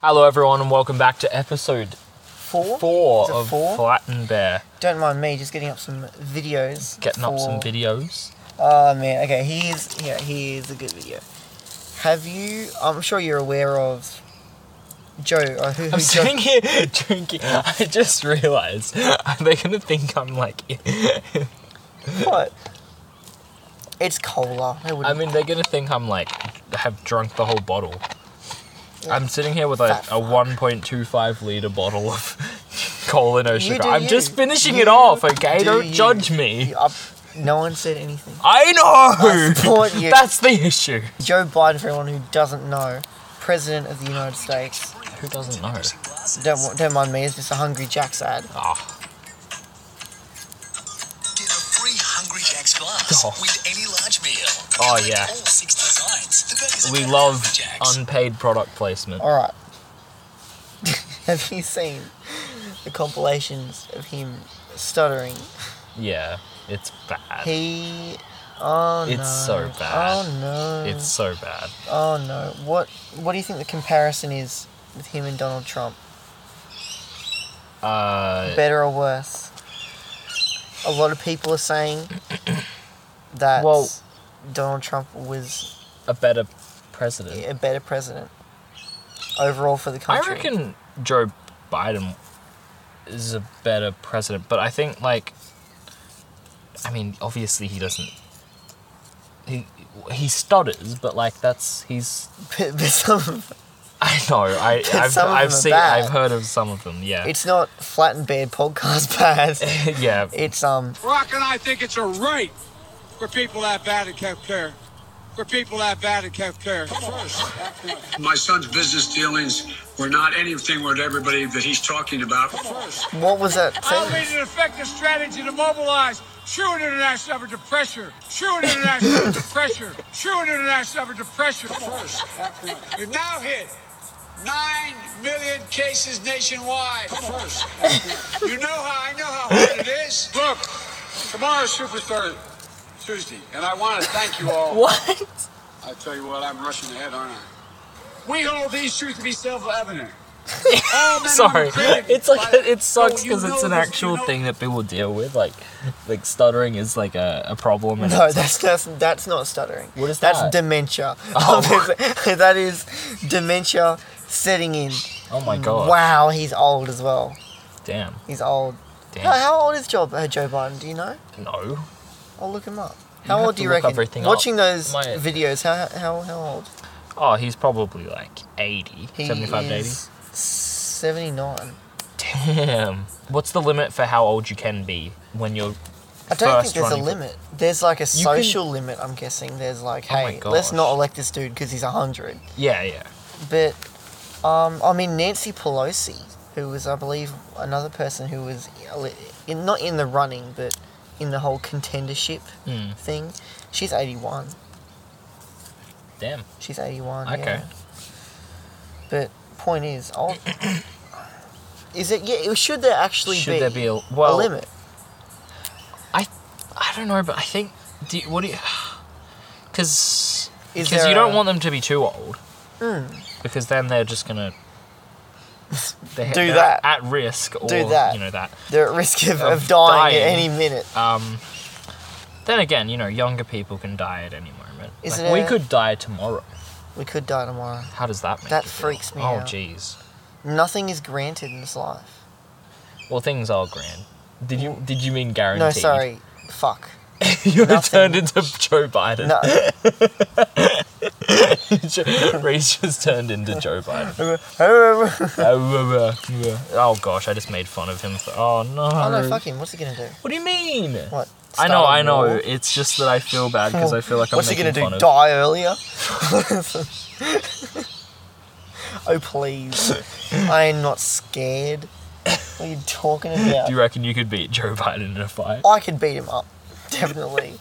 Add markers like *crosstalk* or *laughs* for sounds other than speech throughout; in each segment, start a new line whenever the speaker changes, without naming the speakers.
Hello, everyone, and welcome back to episode
four.
four
Is it
of
four?
Flat and Bear.
Don't mind me, just getting up some videos.
Getting up some
for- *laughs*
videos.
Oh man, okay. Here's yeah, here's a good video. Have you? I'm sure you're aware of Joe. Or who, who
I'm
Joe- *laughs*
sitting here *laughs* drinking. I just realised. *laughs* Are they going to think I'm like. *laughs*
What? It's cola. I
I
wouldn't.
mean, they're going to think I'm like. Have drunk the whole bottle. I'm sitting here with a,
Fat
a 1.25 litre bottle of *laughs* cola no
You
sugar.
do
I'm
you.
just finishing it
You
off, okay?
do
Don't
you.
judge me.
You up- no one said anything.
I
I
know!
support
*laughs*
you.
That's the issue.
Joe Biden, for anyone who doesn't know, President of the United States.
Who doesn't know?
Don't wa- don't mind me. It's just a Hungry Jack's ad.
Ah,
Get a free Hungry Jack's glass
Oh.
with any large meal.
Oh,
Collect
yeah.
All six designs. The burgers are
we
from
love
Hungry Jack's.
unpaid product placement.
All right. *laughs* Have you seen the compilations of him stuttering?
Yeah, it's bad.
He. Oh no.
It's so bad.
Oh no.
It's so bad.
Oh no. What What do you think the comparison is with him and Donald Trump?
Uh,
Better or worse? A lot of people are saying
*coughs*
that
Well-
Donald Trump was
a better president.
a better president overall for the
I
country.
reckon Joe Biden is a better president, but I think like, I mean, obviously he doesn't. He he stutters, but like that's he's.
*laughs*
*laughs*
But- but some-
I know. I I've,
*laughs* Some of
I've
them are
seen.
bad.
I've heard of some of them. Yeah.
it's not flat and bad
*laughs*
podcast *laughs* bad. *laughs*
yeah.
It's um
Rock and I think it's a right for people that bad at health care. For people that bad at health care.
My son's business dealings were not anything with everybody that he's talking about.
what was that?
I'll
sentence?
lead an effective strategy to mobilize true and international effort to pressure. True and international effort to pressure. True and international effort to pressure. We've now hit 9 million cases nationwide. You know how I know how hard it is. Look, tomorrow's Super Thursday, Tuesday, and I want to thank you
*laughs*
all.
what?
I tell you what, I'm rushing ahead, aren't I? We hold these truths to
*laughs*
be self-evident. All men are
Sorry,
created
it's like
by-
it sucks
So you
because it's
know
an
this,
actual
you know-
thing that people deal with. Like, like stuttering is like a, a problem. And
No, *laughs* that's that's that's not stuttering.
What is
that's
that?
dementia. *laughs*
Oh.
that is dementia setting in.
oh my god!
Wow, he's old as well.
Damn!
He's old.
Damn!
No, how old is Joe, uh, Joe Biden? Do you know?
No.
I'll look him up. How
have
old
to
do you
look
reckon?
everything up.
Watching those
My-
videos, how how how old?
Oh, he's probably like 80, 75 to 80.
Seventy nine.
Damn. What's the limit for how old you can be when you're.
I don't
first
think there's a
running for-
limit. There's like a
You can-
social limit. I'm guessing there's like,
Oh my
hey, let's
gosh.
not elect this dude because he's hundred.
Yeah, yeah.
But um, I mean Nancy Pelosi, who was I believe another person who was ele- in, not in the running, but in the whole contendership
Hmm.
thing. She's eighty one.
Damn.
She's eighty one.
Okay.
Yeah. But point is, I'll, *coughs* is it? Yeah. Should there actually
Should
be,
there be a- well-
limit?
I don't know, but I think. Do you, *sighs* what do you. Because.
Is
Because
there
you don't
a- Hmm.
want them to be too old. Because then they're just
*laughs*
gonna. They,
Do
they're
that.
At risk or.
Do that.
You know, that.
They're at risk
Of
of, of dying, at
dying.
any minute.
Um, then again, you know, younger people can die at any moment.
Is
Like,
it
we
a-
could die tomorrow.
We could die tomorrow.
How does that make
That
you feel?
freaks me
Oh,
out.
jeez.
Nothing is granted in this life.
Well, things are grand. Did you did you mean guaranteed?
No, sorry. Fuck.
*laughs* you
nothing.
turned into Joe Biden. *laughs*
No. *laughs*
Reese just turned into Joe
*laughs*
Biden. Uh,
oh
oh gosh, I just made fun of him. For, oh no.
no! Fuck him. What's he gonna do?
What do you mean?
What?
I
Start
know,
a
I know.
war?
It's just that I feel bad because I feel like I'm
What's he
making
gonna do?
fun of.
Die earlier? *laughs* oh please! I am not scared. What are you talking
*laughs*
about?
Do you reckon you could beat Joe *laughs* Biden in a fight?
I could beat him up, definitely.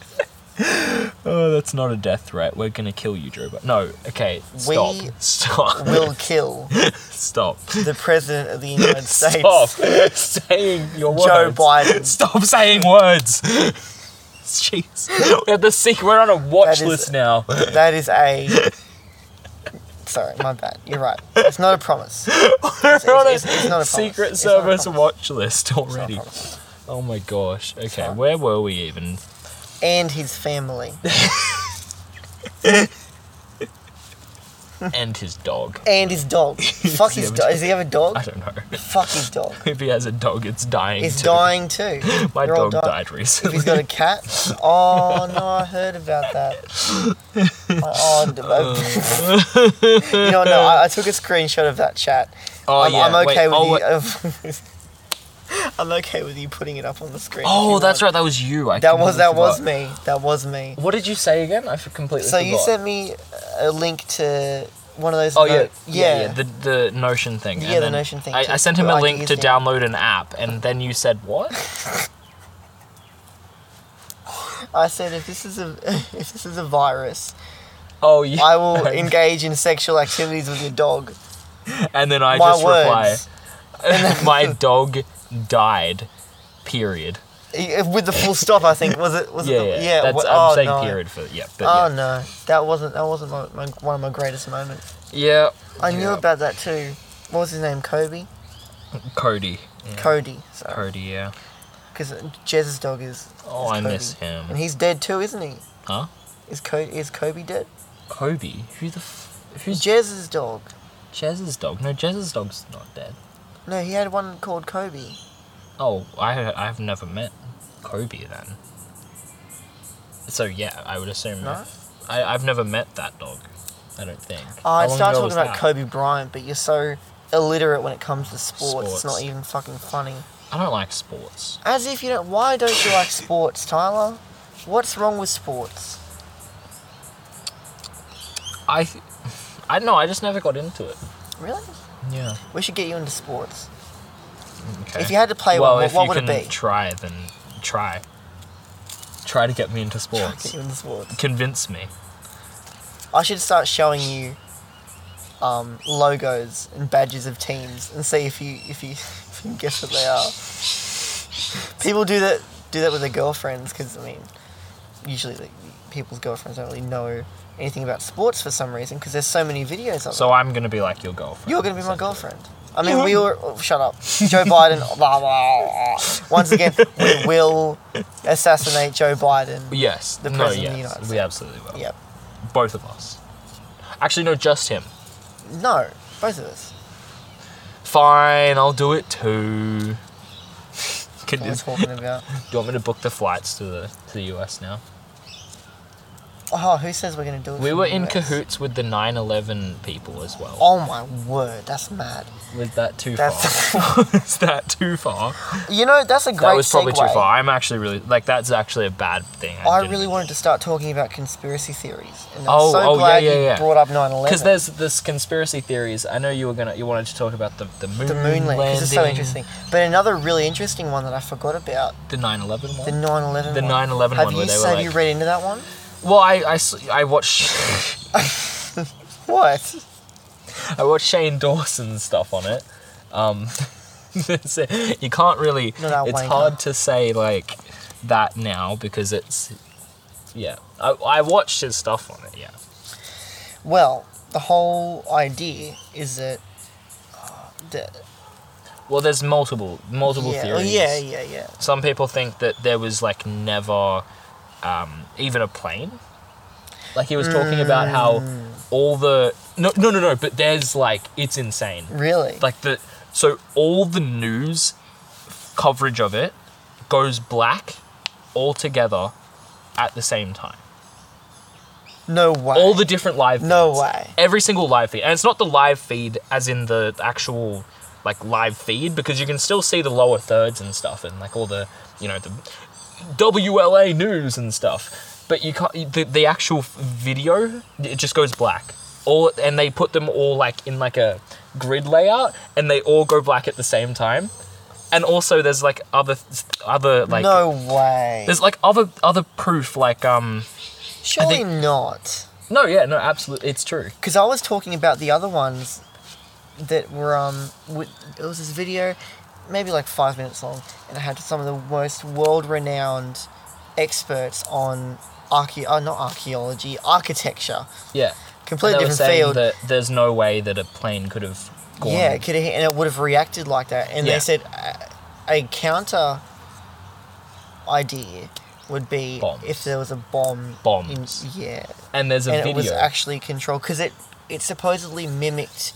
Oh, that's not a death threat. We're gonna kill you, Joe Biden. No. Okay. Stop.
We
stop. *laughs*
Will kill
stop.
the president of the United
*laughs*
States.
Stop saying your words.
Joe Biden.
Stop saying words. Jeez. We have the secret. We're on a watch
That is-
list now.
That is a Sorry, my bad. You're right. It's not a promise.
*laughs* We're on a
*laughs* it's- it's not a promise.
Secret
It's not a
Service
promise.
watch list
It's not a
already.
promise.
Oh my gosh. Okay,
not.
where were we even?
And his family.
And his dog.
And
*laughs*
his dog. Fuck his dog. Does he have a dog?
I don't know. *laughs*
Fuck his dog.
If he has a dog, it's dying.
He's
too.
dying too.
*laughs* My
They're all
dog died
dying. If
recently.
he's got a cat. Oh no, I heard about that.
*laughs*
Oh, d- *laughs* you know, no, I, I took a screenshot of that chat.
Uh. Oh
I'm,
yeah.
I'm
wait,
okay
oh,
with
wait.
you. *laughs* I'm okay with you putting it up on the screen. if
Oh,
you
that's
want.
right. That was you. I
That was
completely
that was
forgot.
me. That was me.
What did you say again? I f- completely
So
forgot.
you sent me a link to one of those.
Oh
no-
yeah,
yeah.
The the Notion thing.
Yeah,
and
the
then
Notion thing
I,
too.
I sent him a
Well,
link
ideas
to
thing.
download an app, and then you said what?
*laughs* I said if this is a *laughs* if this is a virus,
Oh yeah.
I will
*laughs*
*laughs* engage in sexual activities with your dog.
and then I
my
just *laughs*
words.
reply,
*laughs*
my dog died. Period.
With the full stop, I think was it was
Yeah,
it
yeah.
the,
That's,
what-
I'm
oh,
saying
no.
period for yeah. But
Oh
yeah.
no, that wasn't that wasn't my, my, one of my greatest moments.
yeah.
I knew
Yeah.
about that too. What was his name? Kobe,
Cody. Yeah.
Cody. Sorry,
Cody. Yeah.
because Jez's dog is.
Oh,
is
I
Kobe.
miss him.
And he's dead too, isn't he?
Huh?
Is Kobe is Kobe dead?
Kobe. Who the f- who's
Jez's dog.
Jez's dog? No, Jez's dog's not dead.
No, he had one called Kobe.
Oh, I I've never met Kobe then. So yeah, I would assume.
No?
I I've never met that dog. I don't think.
Oh, I
How long
start
ago
talking
was
about
that?
Kobe Bryant, but you're so illiterate when it comes to sports. It's not
Sports.
even fucking funny.
I don't like sports.
As if you don't. Why don't you like sports, Tyler? What's wrong with sports?
I th- I know. I just never got into it.
Really?
Yeah.
We should get you into sports.
Okay.
If you had to play
well,
one, what,
if
what
you
would
can
it be?
try, then try. Try to get me into sports.
Get you into sports.
Convince me.
I should start showing you um, logos and badges of teams and see if you if you, *laughs* if you can guess what they are. People do that do that with their girlfriends because I mean, usually like, people's girlfriends don't really know anything about sports for some reason because there's so many videos of
So I'm gonna be like your girlfriend.
it. You're gonna be my girlfriend. I mean, we were. Oh, shut up, Joe Biden. blah, blah, blah. Once again, we will assassinate Joe Biden.
Yes.
The
no.
president of the
Yes.
United
we
States.
absolutely will.
Yep.
Both of us. Actually, no, just him.
No, both of us.
Fine, I'll do it too. Can,
What we're
is, do
talking about.
you want me to book the flights to the to the US now?
Oh, who says we're gonna do it?
We
from
were
the
in
US?
cahoots with the 9/11 people as well.
Oh my word, that's mad.
Oh, Was that too
That's-
far?
*laughs*
*laughs* Is that too far?
You know, that's a great.
that was probably
segue.
too far. I'm actually really like that's actually a bad thing.
I really wanted to start talking about conspiracy theories, and I'm
Oh,
so
oh, yeah,
glad
yeah,
you
yeah.
brought up 9/11.
because there's this conspiracy theories. I know you were gonna you wanted to talk about the the moon,
the moon land, 'cause it's so
landing,
interesting. But another really interesting one that I forgot about
The 9/11 one.
the 9/11.
The
one.
9/11
Have
one
you
where they were
have
like-
you read into that one?
well, I, I s- I watched
What?
I watched Shane Dawson's stuff on it. Um, *laughs* so you can't really.
No, that
it's
wanker.
hard to say like that now because it's. Yeah, I, I watched his stuff on it. Yeah,
Well, the whole idea is that. uh, that
well, there's multiple multiple
yeah, oh,
theories.
yeah, yeah, yeah.
Some people think that there was like never, um, even a plane. Like he was talking about how
Mm.
all the no no no no, but there's like it's insane.
Really?
like the so all the news coverage of it goes black all together at the same time.
no way.
All the different live feeds.
No way.
Every single live feed. And it's not the live feed as in the actual like live feed because you can still see the lower thirds and stuff and like all the you know the WLA news and stuff. But you can't the, the actual video it just goes black. All and they put them all like in like a grid layout and they all go black at the same time. And also there's like other other like
no way.
there's like other other proof like um
Surely
think-
not.
no yeah no absolutely it's true.
because I was talking about the other ones that were um with, it was this video maybe like five minutes long and it had some of the most world renowned experts on archae oh, not archaeology uh, architecture
Yeah.
Completely
they were
different
saying
field.
that there's no way that a plane could have gone.
Yeah, it could have, and it would have reacted like that. And
Yeah.
they said a, a counter idea would be
Bombs.
if there was a bomb.
Bombs.
In, yeah,
and there's a
and it
video.
was actually controlled because it it supposedly mimicked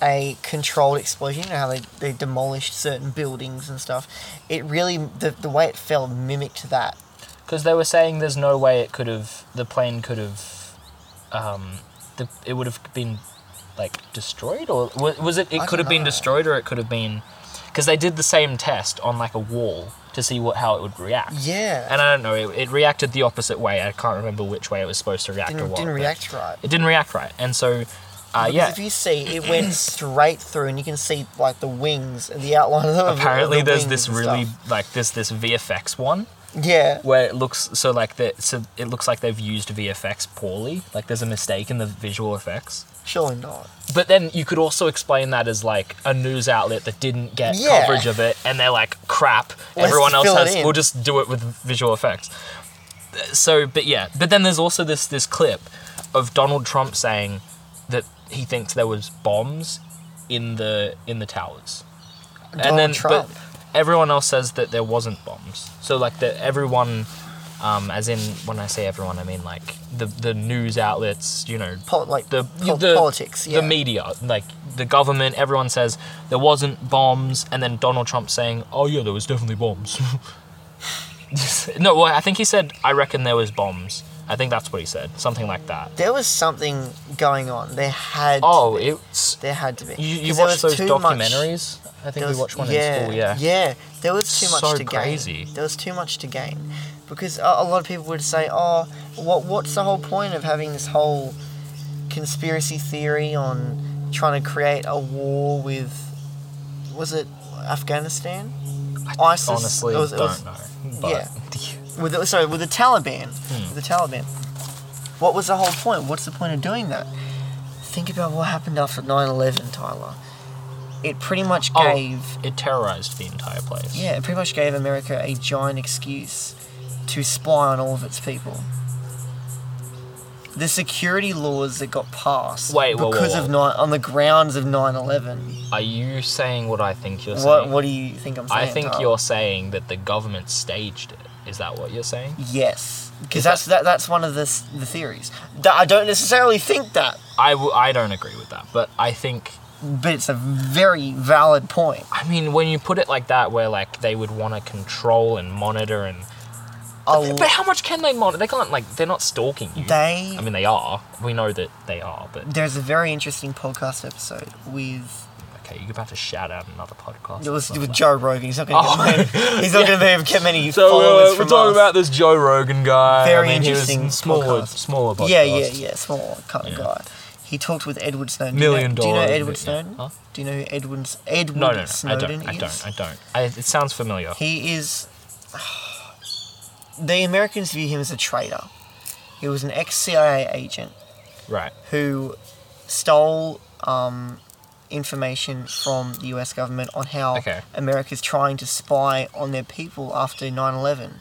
a controlled explosion. You know how they, they demolished certain buildings and stuff. It really the the way it fell mimicked that.
because they were saying there's no way it could have the plane could have um the, it would have been like destroyed or wa- was it
I
it could have
don't
been
know.
destroyed or it could have been because they did the same test on like a wall to see what how it would react
Yeah,
and i don't know it, it reacted the opposite way i can't remember which way it was supposed to react or
didn't,
what
didn't
but
react right.
it didn't react right and so uh,
Because
yeah
If you see,
*clears throat*
it went straight through, and you can see like the wings and the outline of the of the
apparently there's
wings
this
and
really
stuff.
like there's this vfx one
yeah.
where it looks so like that so it looks like they've used vfx poorly like there's a mistake in the visual effects
Surely not.
But then you could also explain that as like a news outlet that didn't get
Yeah.
coverage of it, and they're like, "Crap,
Let's
everyone else
fill it
has.
in."
We'll just do it with visual effects." So, but yeah, but then there's also this this clip of Donald Trump saying that he thinks there was bombs in the in the towers,
Donald Trump.
but everyone else says that there wasn't bombs. So like that everyone. Um, as in, when I say everyone, I mean like the the news outlets, you know,
Pol- like
the,
pol-
the
politics. Yeah.
the media, like the government. Everyone says there wasn't bombs, and then Donald Trump saying, "Oh yeah, there was definitely bombs." *laughs* no, well, I think he said, "I reckon there was bombs." I think that's what he said, something like that.
There was something going on. There had.
Oh, it's
There had to be.
you, you
'Cause there
watched
was
those
too much-
documentaries. I
there
think
was-
we watched one
yeah,
in school. Yeah,
Yeah. There was too much
So
to
crazy.
gain. There was too much to gain, because a, a lot of people would say, "Oh, what? What's the whole point of having this whole conspiracy theory on trying to create a war with? Was it Afghanistan? ISIS?
honestly,
It was- it
don't
was-
know. But
yeah. with the, sorry with the Taliban,
Hmm.
with the Taliban. What was the whole point? What's the point of doing that? Think about what happened after 9/11, Tyler. It pretty much
Oh.
gave
it terrorized the entire place.
yeah, it pretty much gave America a giant excuse to spy on all of its people. The security laws that got passed
Wait, whoa, whoa,
because of
whoa.
nine on the grounds of 9/11.
Are you saying what I think you're saying?
What what do you think I'm saying? Oh.
I think
Tyler?
you're saying that the government staged it. Is that what you're saying?
Yes, because
Is
that's that, that's one of the s- the theories. That I don't necessarily think that,
I, w- I don't agree with that, but I think
but it's a very valid point.
I mean when you put it like that, where like they would want to control and monitor and
A
but how much can they monitor? They can't like they're not stalking you.
They-
I mean they are. We know that they are, but
there's a very interesting podcast episode with
okay, you're about to shout out another podcast.
it was
It's not
with
that.
Joe Rogan. He's not going to
Oh. *laughs*
get many, he's not going to get many
So
followers
uh, we're
from
talking
us.
about this Joe Rogan guy.
Very
I mean, he was
interesting
in smaller,
podcast.
smaller podcast.
yeah, yeah, yeah, small kind of
Yeah.
guy. He talked with Edward Snowden.
Million
do you know,
dollar-
Do you know Edward
yeah.
Snowden?
Huh?
Do you know who Edward Edward
No, no, no, I
Snowden
don't. I
is?
don't. I don't. I, it sounds familiar.
He is. *sighs* The Americans view him as a traitor. He was an ex CIA agent
right.
who stole um, information from the US government on how
Okay.
America's trying to spy on their people after 9 11.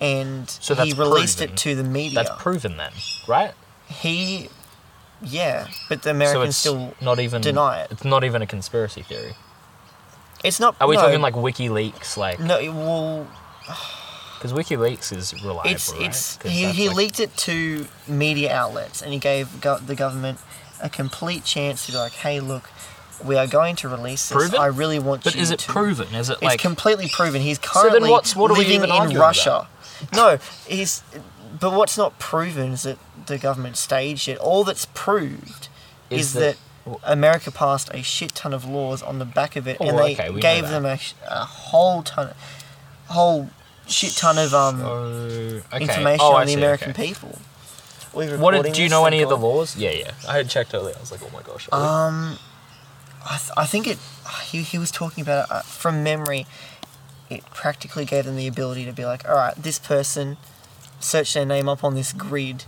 And
So
he
that's
released
proven.
it to the media.
That's proven then, right?
he. Yeah, but the Americans
so
still.
it's not even
deny it.
It's not even a conspiracy theory.
It's not.
Are we
no,
talking like WikiLeaks, like
No, it- well,
because WikiLeaks is reliable,
it's
right?
it's
'Cause
he,
that's,
he
like-
leaked it to media outlets and he gave go- the government a complete chance to be like, hey, look, we are going to release this.
Proven?
I really want
But
you
is it
to.
proven? Is it
It's
like
completely proven. He's
then
currently
what's- what are we
living
even
in
arguing
Russia. No, he's. But what's not proven is that the government staged it. All that's proved is,
Is
that,
that-
America passed a shit ton of laws on the back of it,
Oh,
and
well,
they
okay, we know
gave
that.
them a, sh- a whole ton, whole shit ton of um
oh, okay.
information
Oh, I
on the
see,
American
okay.
people. We're
What
recording
did, do you
this,
know
thank
any of the
God.
laws? Yeah, yeah. I had checked earlier. I was like, oh my gosh. are we-
Um, I, th- I think it. He, he was talking about it uh, from memory. It practically gave them the ability to be like, all right, this person, search their name up on this grid.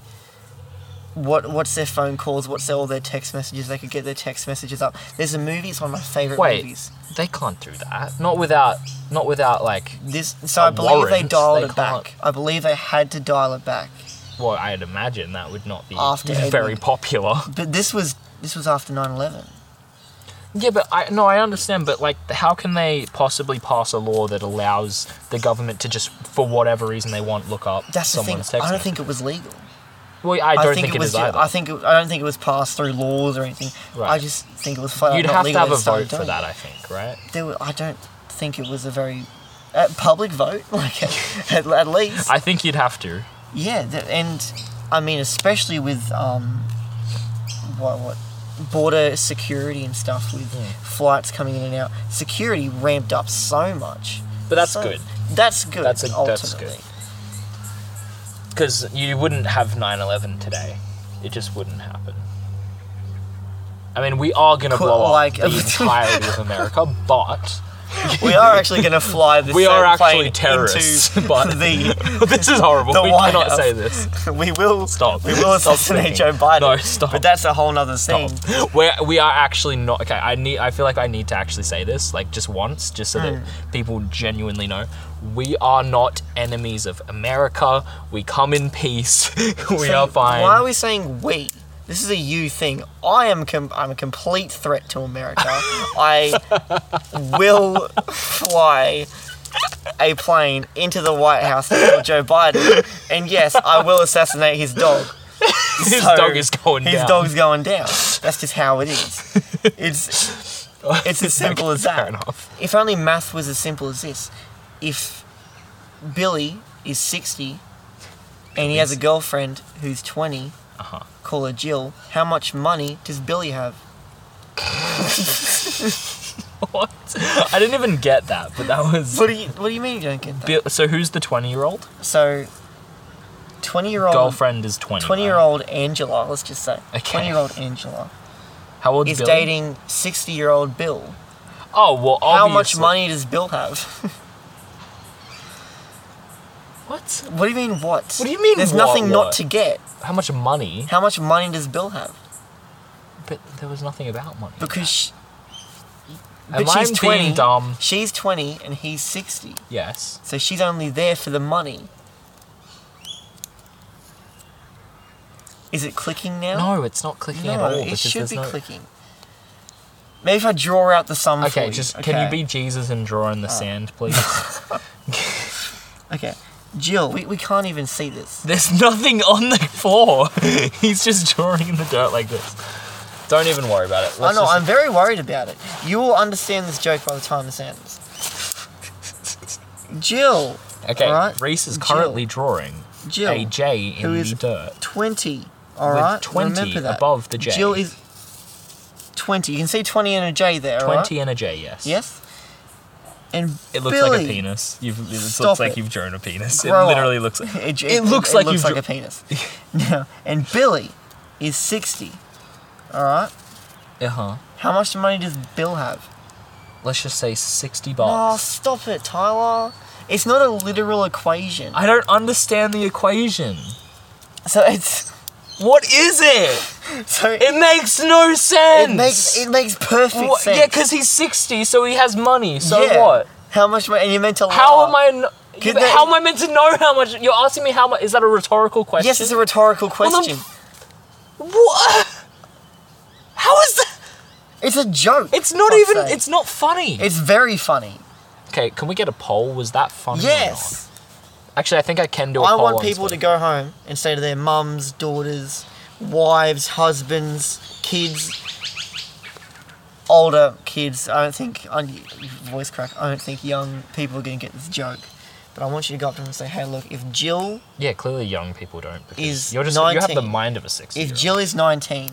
What what's their phone calls? What's their, all their text messages? They could get their text messages up. There's a movie. It's one of my favorite
Wait,
movies.
they can't do that. Not without, not without like.
This so
A
I believe they
warrant,
dialed
they
it back.
can't-
I believe they had to dial it back.
well, I'd imagine that would not be
After
very
Edward.
popular.
*laughs* But this was this was after 9/11.
Yeah, but I no, I understand, but like, how can they possibly pass a law that allows the government to just, for whatever reason they want, look up
That's the thing.
someone's text?
I don't
message?
think it was legal.
Well, I don't think, it
was.
is either.
I think it, I don't think it was passed through laws or anything.
Right.
I just think it was flat out
You'd
Uh, not
have to
legal.
have
They
a
started
vote for
doing
that,
it.
I think, right?
There were, I don't think it was a very uh, public vote. *laughs* Like at, at least.
I think you'd have to.
Yeah, th and I mean, especially with um, what what border security and stuff with
Hmm.
flights coming in and out. Security ramped up so much.
But that's
So-
good.
That's good.
That's a-
ultimately.
that's good. Because you wouldn't have 9 11 today. It just wouldn't happen. I mean, we are going to
Cool,
blow up
like- *laughs*
the entirety of America, but *laughs*
We are actually going to fly this.
we
uh,
are
plane
actually
into *laughs*
terrorists. But
the
this is horrible.
The
we
White
cannot
House.
say this.
*laughs* we will
Stop.
we will
Stop
assassinate Joe
thinking.
Biden.
No, stop.
But that's a whole nother thing.
Where we are actually not okay. I need. I feel like I need to actually say this, like just once, just so
Hmm.
that people genuinely know we are not enemies of America. We come in peace. *laughs* we are fine.
Why are we saying we? This is a you thing. I am com- I'm a complete threat
*laughs*
to America. I will fly a plane into the White House to kill Joe Biden, and yes, I will assassinate his dog.
*laughs* His
So,
dog is going
His
down.
dog's going down. That's just how it is. It's
*laughs*
it's as simple as
Fair
that.
enough.
If only math was as simple as this. If Billy is 60 and he has a girlfriend who's 20,
Uh-huh.
call her Jill, how much money does Billy have?
*laughs* What? I didn't even get that, but that was.
What do you, what do you mean you don't get that?
Bill- So who's the twenty-year-old?
so, 20 year old.
Girlfriend is twenty.
20 year old Angela, let's just say.
Uh-huh. Okay.
20 year old Angela
right? How old
is
Bill?
dating 60 year old Bill.
Oh well, obviously.
How much money does Bill
*laughs*
have?
What?
what do you mean, what?
What do you mean,
There's
what,
nothing
what?
not to get.
How much money?
How much money does Bill have?
But there was nothing about money.
Because sh
Am
but
I
she's
being
20.
dumb?
She's 20 and he's 60.
Yes.
So she's only there for the money. Is it clicking now?
No, it's not clicking at
no,
all.
it
because
should
there's
be
no-
clicking. Maybe if I draw out the sum for
Okay,
you.
just can you be Jesus and draw in the
*laughs*
sand, please?
Okay, Jill, we, we can't even see this.
There's nothing on the floor. *laughs* He's just drawing in the dirt like this. Don't even worry about it.
I
Let's
know,
just-
I'm very worried about it. You will understand this joke by the time this ends.
*laughs*
Jill,
okay.
alright,
Reese is
Jill.
currently drawing
Jill,
a J in
who is
the dirt.
20, all
With
right?
20
Remember that.
above the J.
Jill is 20. You can see 20 and a J there, all right?
Twenty and a J, yes.
Yes. And
It looks
Billy.
like a penis. You've, it
Stop
looks like
it.
you've drawn a penis.
Grow
it
up.
literally looks like.
It,
It looks like you've *laughs*
a penis. now, and Billy is sixty. All right.
Uh huh.
How much money does Bill have?
Let's just say sixty
Oh,
bucks.
stop it, Tyler. It's not a literal equation.
I don't understand the equation.
so it's *laughs*
What is it?
so it,
It makes no sense.
makes it makes perfect
What-
sense.
Yeah, because he's 60, so he has money. So
Yeah.
what?
How much money? And you're meant to.
How
laugh.
am I? kn- Yeah,
Could
but
they-
how am I meant to know how much? You're asking me how much? Is that a rhetorical question?
Yes, it's a rhetorical
Well, I'm-
question.
What? How is that?
it's a joke.
It's not
for fuck's
even.
sake.
It's Oh not funny.
It's very funny.
okay, can we get a poll? Was that funny? or
Yes.
not? Actually, I think I can do a
I
poll.
want
on
people to
Twitter.
go home and say to their mums, daughters, wives, husbands, kids, older kids. I don't think I voice crack. I don't think young people are gonna get this joke. But I want you to go up to them and say, "Hey, look, if Jill,
Yeah, clearly young people don't. Because
Is
you're just you have the
19.
mind of a 60.
if Jill is 19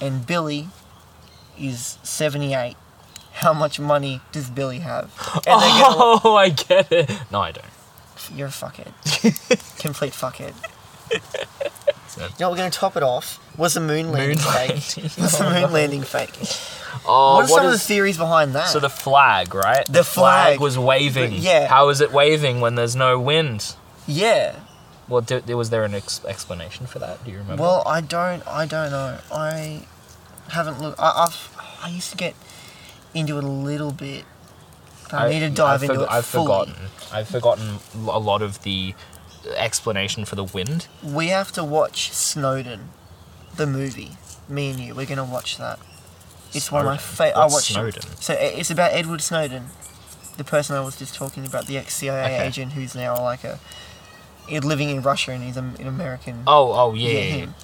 and Billy is 78, how much money does Billy have?" And they're gonna
*laughs* Oh, I get it. No, I don't.
You're a fuckhead. Complete fuckhead. You know what we're going to top it off? Was the moon landing
Moon
fake? *laughs* Was the moon landing fake?
Oh,
what are some of the
is-
theories behind that?
So the flag, right?
The flag.
was waving.
But yeah.
How is it waving when there's no wind?
yeah.
Well, do, was there an ex- explanation for that? Do you remember?
Well, I don't. I don't know. I haven't looked. I, I've. I used to get into it a little bit. But I, need to
I've
dive into
forgo-
it
I've
fully.
forgotten. I've forgotten a lot of the explanation for the wind.
We have to watch Snowden, the movie. Me and you, we're gonna watch that. It's one of my
Snowden?
favorite. I
What's
watched
Snowden?
It. So i- it's about Edward Snowden, the person I was just talking about, the ex CIA
Okay.
agent who's now like a he's living in Russia and he's a, an American.
Oh, oh yeah. yeah, yeah.
him.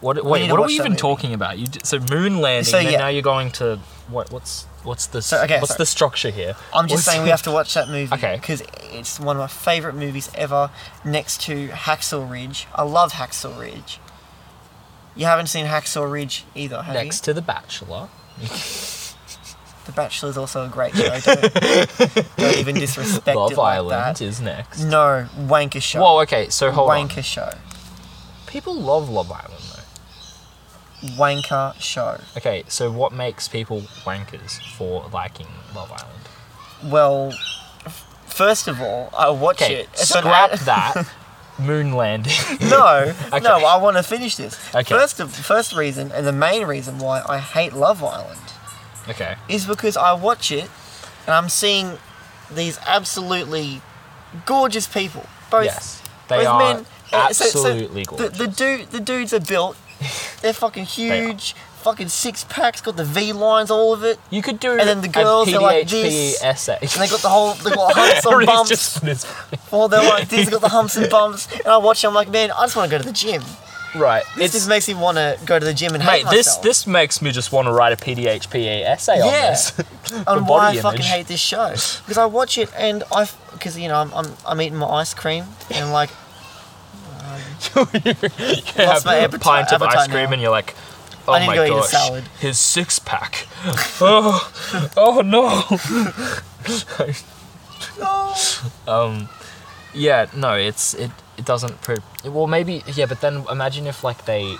What,
need
wait,
to
what are
watch
we
that
even
movie.
talking about? You d- so moon landing,
So,
then
yeah.
now you're going to what? What's what's the
So, okay,
what's
sorry.
the structure here?
I'm just
What's-
saying we have to watch that movie
Okay.
because it's one of my favorite movies ever. Next to Hacksaw Ridge, I love Hacksaw Ridge. You haven't seen Hacksaw Ridge either,
*laughs*
have
next to the Bachelor.
you? The Bachelor's also a great show. Don't, don't even disrespect
Love
it like
Island
that.
is next.
No, wanker show.
Whoa, okay, so hold
wanker
on.
show.
People love Love Island though.
Wanker show.
Okay, so what makes people wankers for liking Love Island?
Well, f- first of all, I watch
Okay,
it. It's an
scrap *laughs*
ad-
that. Moon landing.
*laughs*
*laughs*
No,
Okay.
no, I want to finish this.
Okay.
First, of, first reason and the main reason why I hate Love Island
okay.
is because I watch it and I'm seeing these absolutely gorgeous people. Both,
Yes. They
both
are
men. uh, so- so
absolutely
the,
gorgeous.
the dude, the dudes
*laughs*
are built. They're fucking
are.
huge. Fucking six packs, got the V lines, all of it.
you could do
and then the girls,
a
they're like
PDHPE
this,
essay.
And they got the whole,
*laughs*
they got humps and
Everybody's
bumps.
just put his-
Or they're like, these got the
*laughs*
humps and bumps. And I watch them, I'm like, man, I just want to go to the gym.
right.
This just makes me want to go to the gym and hate
Mate, this
myself.
this makes me just want to write a PDHPE essay on
Yeah.
this. *laughs*
on
the
why I
body
fucking
image. *laughs*
hate this show because I watch it and I because you know I'm, I'm I'm eating my ice cream and like
You
Lost
have
my
a
appeti-
pint of ice
appetite
cream
now.
and you're like, oh
I need to
my
go eat a
gosh,
salad."
his six pack. *laughs* oh, oh no. *laughs* um, yeah, no, it's it it doesn't. Pre- well, maybe yeah, but then imagine if like they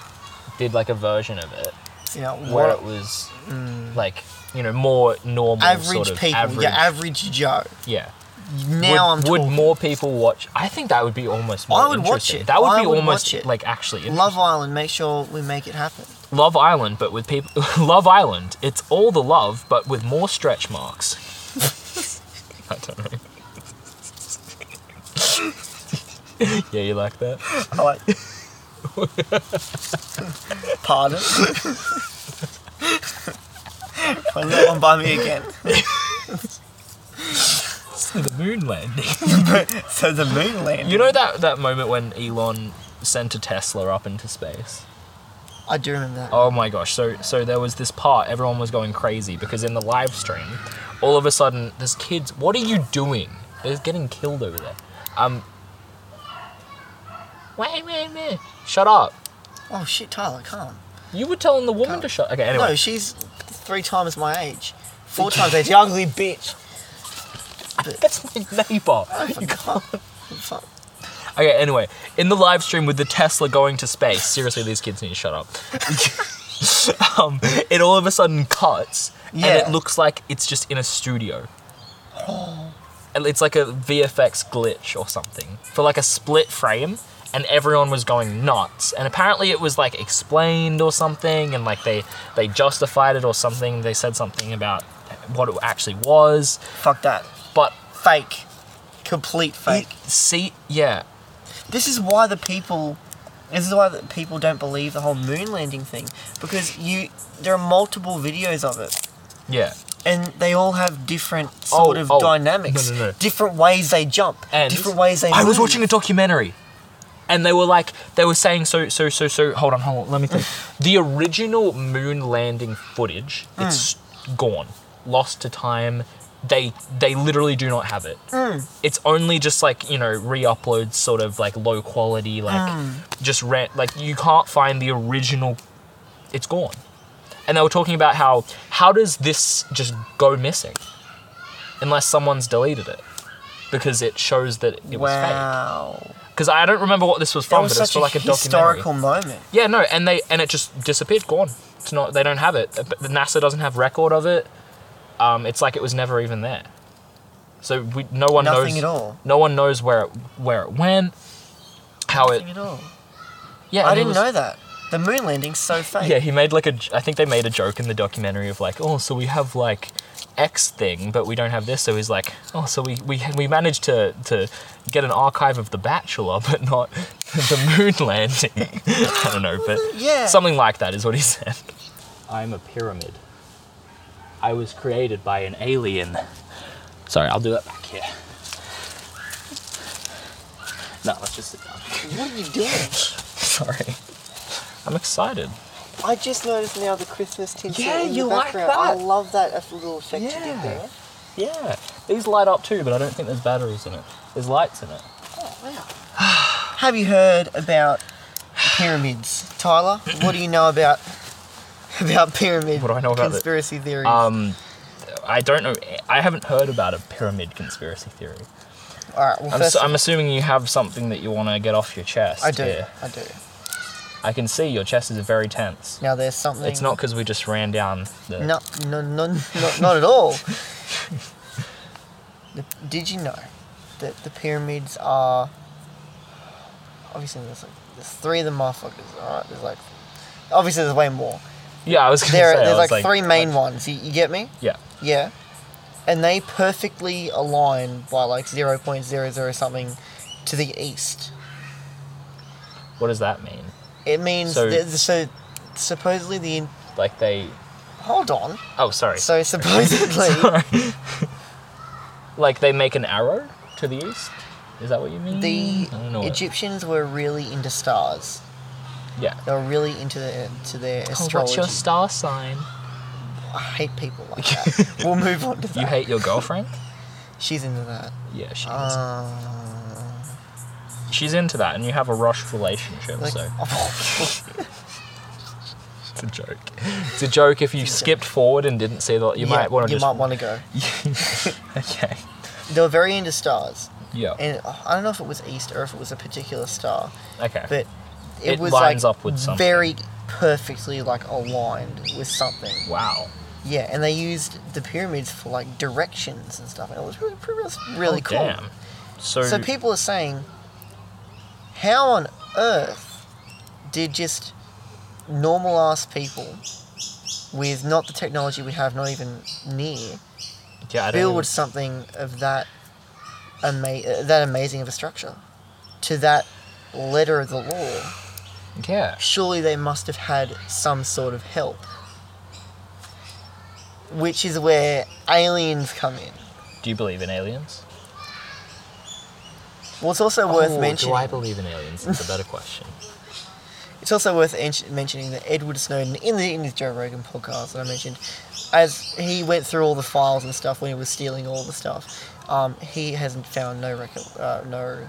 did like a version of it
you know
where
what Mm.
it was like you know more normal
average
sort of
people,
average.
your average Joe.
yeah.
Now
would,
I'm
would
talking.
more people watch? I think that would be almost. More
I would watch
interesting.
it.
That would
I
be
would
almost
watch it.
like actually interesting.
Love Island. Make sure we make it happen.
Love Island, but with people. *laughs* love Island. It's all the love, but with more stretch marks. *laughs* I don't know. *laughs* yeah, you like that?
I like. Pardon. Run that one by me again.
the moon landing.
So the moon landing.
You know that that moment when Elon sent a Tesla up into space?
I do remember that.
Oh my gosh! So so there was this part. Everyone was going crazy because in the live stream, all of a sudden, there's kids. What are you doing? They're getting killed over there. Um. Wait, wait, wait! Shut up.
Oh shit, Tyler, calm.
You were telling the woman
Can't-
to shut. Okay, anyway.
No, she's three times my age. *laughs* Four times age. You ugly bitch.
*laughs* That's my neighbor.
You can't. Fuck.
Okay, anyway, in the live stream with the Tesla going to space, seriously, these kids need to shut up. *laughs* um, it all of a sudden cuts, and
Yeah.
it looks like it's just in a studio. And It's like a VFX glitch or something for like a split frame, and everyone was going nuts. And apparently, it was like explained or something, and like they they justified it or something. They said something about what it actually was,
Fuck that.
but
Fake. Complete fake.
see, yeah,
This is why the people. This is why the people don't believe the whole moon landing thing because you there are multiple videos of it
yeah.
and they all have different sort
Oh,
of
oh.
dynamics,
No, no, no.
different ways they jump,
and
different ways they.
I was
move.
watching a documentary, and they were like, they were saying, so, so, so, so. Hold on, hold on. Let me think.
Mm.
the original moon landing footage, it's gone, lost to time. They they literally do not have it.
Mm.
It's only just like you know re-uploads, sort of like low quality, like
Mm.
just rent. Like you can't find the original. It's gone. And they were talking about how how does this just go missing, unless someone's deleted it, because it shows that it was fake
Wow,
because I don't remember what this was
that
from,
was
but it's
such
for
a
like a
historical
documentary.
moment.
Yeah, no, and they and it just disappeared, gone. It's not. They don't have it. But the NASA doesn't have record of it. Um, it's like it was never even there. So we, no one
Nothing
knows.
at all.
No one knows where it where it went, how
Nothing
it.
at all.
Yeah,
I
and it
didn't
was-
know that. The moon landing's so fake.
Yeah, he made like a. j- I think they made a joke in the documentary of like, oh, so we have like X thing, but we don't have this. So he's like, oh, so we we, we managed to to get an archive of The Bachelor, but not *laughs* the moon landing. *laughs* I don't know, but
Yeah.
something like that is what he *laughs* said. I'm a pyramid. I was created by an alien. Sorry, I'll do that back here. No, let's just sit down.
What are you doing?
*laughs* Sorry. I'm excited.
I just noticed now the Christmas tinsel
Yeah,
in
you
the
like
background.
that.
I love that eff- little effect you
Yeah.
did there.
Yeah, these light up too, but I don't think there's batteries in it. There's lights in it.
Have you heard about pyramids, Tyler? What do you know about about pyramid?
What do I know about it?
conspiracy theories?
Um, I don't know. I haven't heard about a pyramid conspiracy theory.
All right. Well,
I'm,
first,
s am assuming you have something that you want to get off your chest.
I do.
here.
I do.
I can see your chest is very tense.
Now there's something.
It's not because we just ran down the.
No, no, no, not, not at
*laughs*
all. The- Did you know that the pyramids are obviously there's like there's three of the motherfuckers. All right, there's like obviously there's way more.
Yeah, *laughs* I was gonna
There,
say. I
there's
was
like, three main ones. You, you get me?
Yeah.
Yeah. And they perfectly align by like 0.00 something to the east.
What does that mean?
It means
So-
that, so supposedly the in-
Like they.
hold on.
Oh, sorry. *laughs*
So supposedly
like they make an arrow to the east. Is that what you mean?
the
I don't know what-
Egyptians were really into stars.
Yeah.
They were really into their, to their
Oh,
astrology.
what's your star sign?
I hate people
*laughs*
like that. we'll move on to that.
You hate your girlfriend?
She's into that.
Yeah, she is.
Uh,
She's into that, and you have a rushed relationship,
like, oh,
so it's a joke. It's a joke if you skipped forward and didn't see that. You
Yeah,
might want to
You
just.
might want to go.
*laughs* okay.
They were very into stars.
Yeah.
and uh, I don't know if it was east or if it was a particular star,
okay.
but it,
It
was
lines
like
up with something.
very perfectly like aligned with something.
wow.
Yeah, and they used the pyramids for like directions and stuff, and it was really pretty, really, really
Oh,
cool.
Damn. So,
So people are saying, how on earth did just normal ass people with not the technology we have, not even near,
yeah, I don't
build
even-
something of that ama- uh, that amazing of a structure to that letter of the law
yeah.
surely they must have had some sort of help which is where aliens come in
Do you believe in aliens?
well it's also worth
Oh,
mentioning
Do I believe in aliens? That's a better question.
*laughs* it's also worth en- mentioning that edward snowden in the in his joe rogan podcast that i mentioned as he went through all the files and stuff when he was stealing all the stuff um, he hasn't found no record uh, no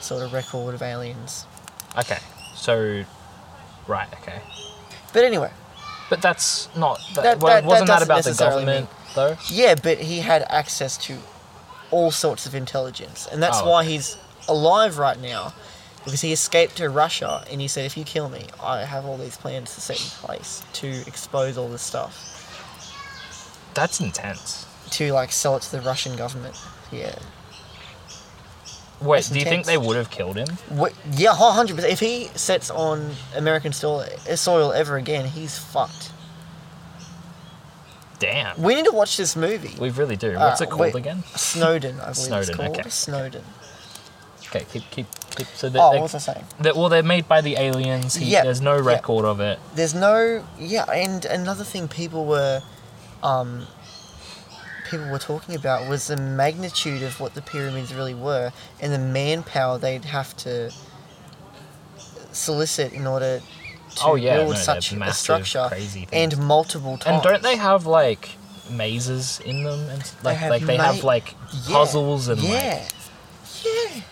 sort of record of aliens
Okay. So, right. Okay.
But anyway,
But that's not. That,
That-
well,
that- that
wasn't that,
doesn't
about the
necessarily
government though?
yeah, but he had access to all sorts of intelligence, and that's
Oh,
why he's alive right now, because he escaped to Russia, and he said, "If you kill me, I have all these plans to set in place to expose all this stuff,
That's intense.
to like sell it to the Russian government." Yeah,
Wait,
That's
do you think
intense.
they would have killed him?
Wh- yeah, hundred percent. If he sets on American soil, eh, soil ever again, he's fucked.
Damn.
We need to watch this movie.
We really do.
Uh,
What's it called
wait,
again?
Snowden, I believe
Snowden,
it's called.
okay.
Snowden.
Okay, keep keep keep. So that
Oh,
they-
what was I saying?
that well, they're made by the aliens. He,
Yeah,
There's no
yeah.
record of it.
there's no yeah and another thing people were um people were talking about was the magnitude of what the pyramids really were and the manpower they'd have to solicit in order to
Oh, yeah, no,
build
they're
such a
massive,
structure
crazy things.
and multiple times
And don't they have like mazes in them and s- like
have
like they have
ma-
like
Yeah,
puzzles and
yeah yeah
like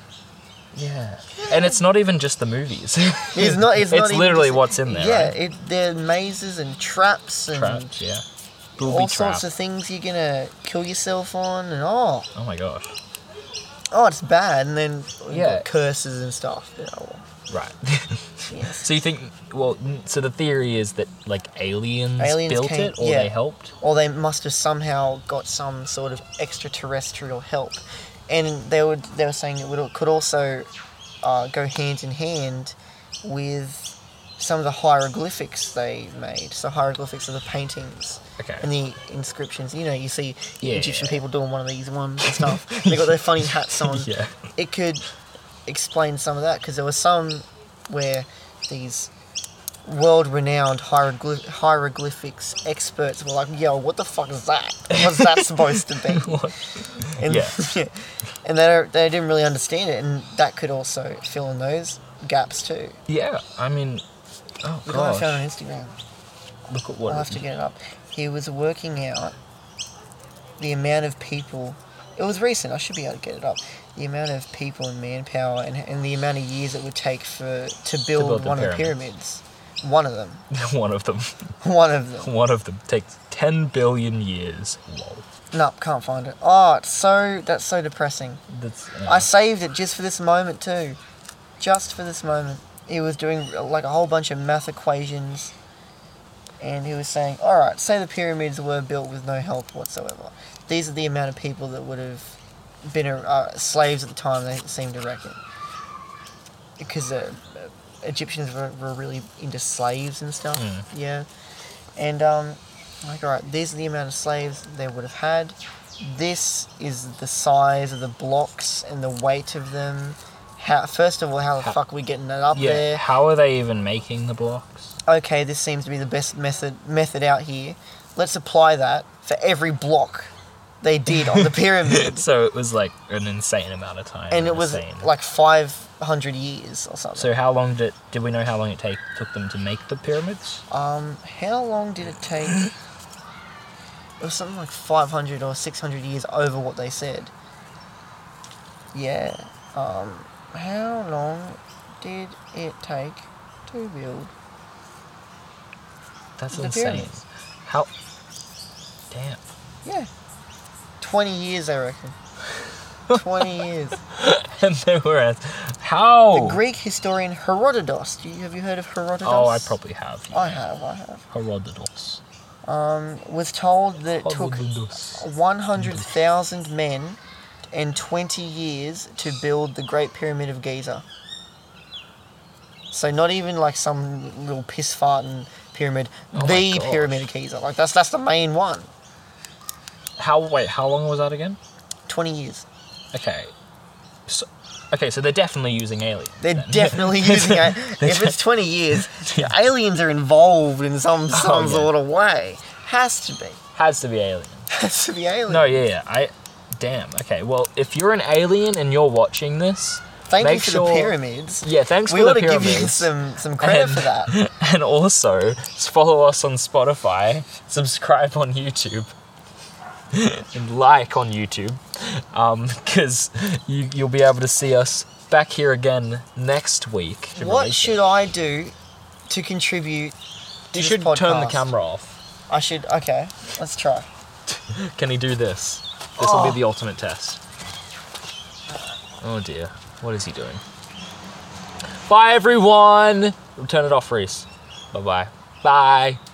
yeah. And it's not even just the movies. *laughs*
*laughs* it's not it's, not even
literally
just-
what's in there.
yeah
right?
it there are mazes and traps and
trapped. Yeah. Booby
all
trap.
sorts of things you're gonna kill yourself on and oh
Oh my gosh.
oh, it's bad, and then you
Yeah.
got curses and stuff. You know.
Right.
Yes.
*laughs* so you think? Well, n- so the theory is that like aliens,
Aliens
built
came-
it or
yeah.
they helped.
Or they must have somehow got some sort of extraterrestrial help, and they would they were saying it would could also uh, go hand in hand with some of the hieroglyphics they made. So hieroglyphics are the paintings
Okay.
and the inscriptions. You know, you see
Yeah.
Egyptian people doing one *laughs* of these ones and stuff. and they got their funny hats on.
*laughs* Yeah.
It could explain some of that because there was some where these world-renowned hieroglyph- hieroglyphics experts were like, "Yo, what the fuck is that? What's that supposed
*laughs*
to be?" And, *laughs*
Yeah.
and they don't, they didn't really understand it, and that could also fill in those gaps too.
Yeah, I mean, oh
The guy I
gosh,
found on Instagram.
look at
I'll have
what. *laughs*
to get it up. He was working out the amount of people. It was recent. I should be able to get it up. The amount of people and manpower, and, and the amount of years it would take for to build,
build the
one of the pyramids. One of them. *laughs*
One of them,
One of
*laughs*
them.
one of them takes ten billion years. Whoa,
No, can't find it. Oh, it's so that's so depressing.
that's.
I saved it just for this moment too, just for this moment. He was doing like a whole bunch of math equations, and he was saying, "All right, say the pyramids were built with no help whatsoever. These are the amount of people that would have been uh, slaves at the time. They seem to reckon, because uh, Egyptians were, were really into slaves and stuff. Yeah, and um, like, all right, these are the amount of slaves they would have had. This is the size of the blocks and the weight of them. How, first of all, how the fuck are we getting that up
yeah,
there?
how are they even making the blocks?
Okay, this seems to be the best method method out here. Let's apply that for every block they
*laughs*
did on the pyramid.
So it was like an insane amount of time.
and it was
insane.
like 500 years or something.
So how long did did we know how long it take took them to make the pyramids?
Um, how long did it take? It was something like 500 or 600 years over what they said. Yeah. Um, how long did it take to build?
That's
The
insane.
pyramids.
How? Damn. *laughs*
Yeah. 20 years, I reckon.
*laughs*
20 years.
and they were at how?
The Greek historian Herodotus. Do you, have you heard of Herodotus?
oh, I probably have.
I have, I have.
Herodotus.
Was told that it took
Herodotus.
100,000 men and 20 years to build the Great Pyramid of Giza. So not even like some little piss farting pyramid,
Oh my
the
gosh.
Pyramid of Giza. Like that's that's the main one.
How? Wait, how long was that again?
20 years.
Okay. So, okay, so they're definitely using aliens. *laughs*
They're
then.
definitely using
*laughs*
it. If it's 20 years,
Yeah.
aliens are involved in some some
Oh, yeah.
sort of way. Has to be. *laughs*
Has to be alien.
Has to be aliens.
No, yeah, yeah. I. Damn. Okay. Well, if you're an alien and you're watching this,
Thank you
make
for
sure.
the pyramids.
Yeah, thanks
we
for
ought
the
to give
pyramids.
you some, some credit
And-
for that.
*laughs* And also, follow us on Spotify, subscribe on YouTube, *laughs* and like on YouTube, because you, you'll be able to see us back here again next week.
What should I do to contribute to
you
this
should turn the
podcast?
camera off?
I should. Okay, let's try.
Can he do this? This will be the ultimate test. Oh dear, what is he doing? Bye everyone. Turn it off, Reese. Bye bye. Bye.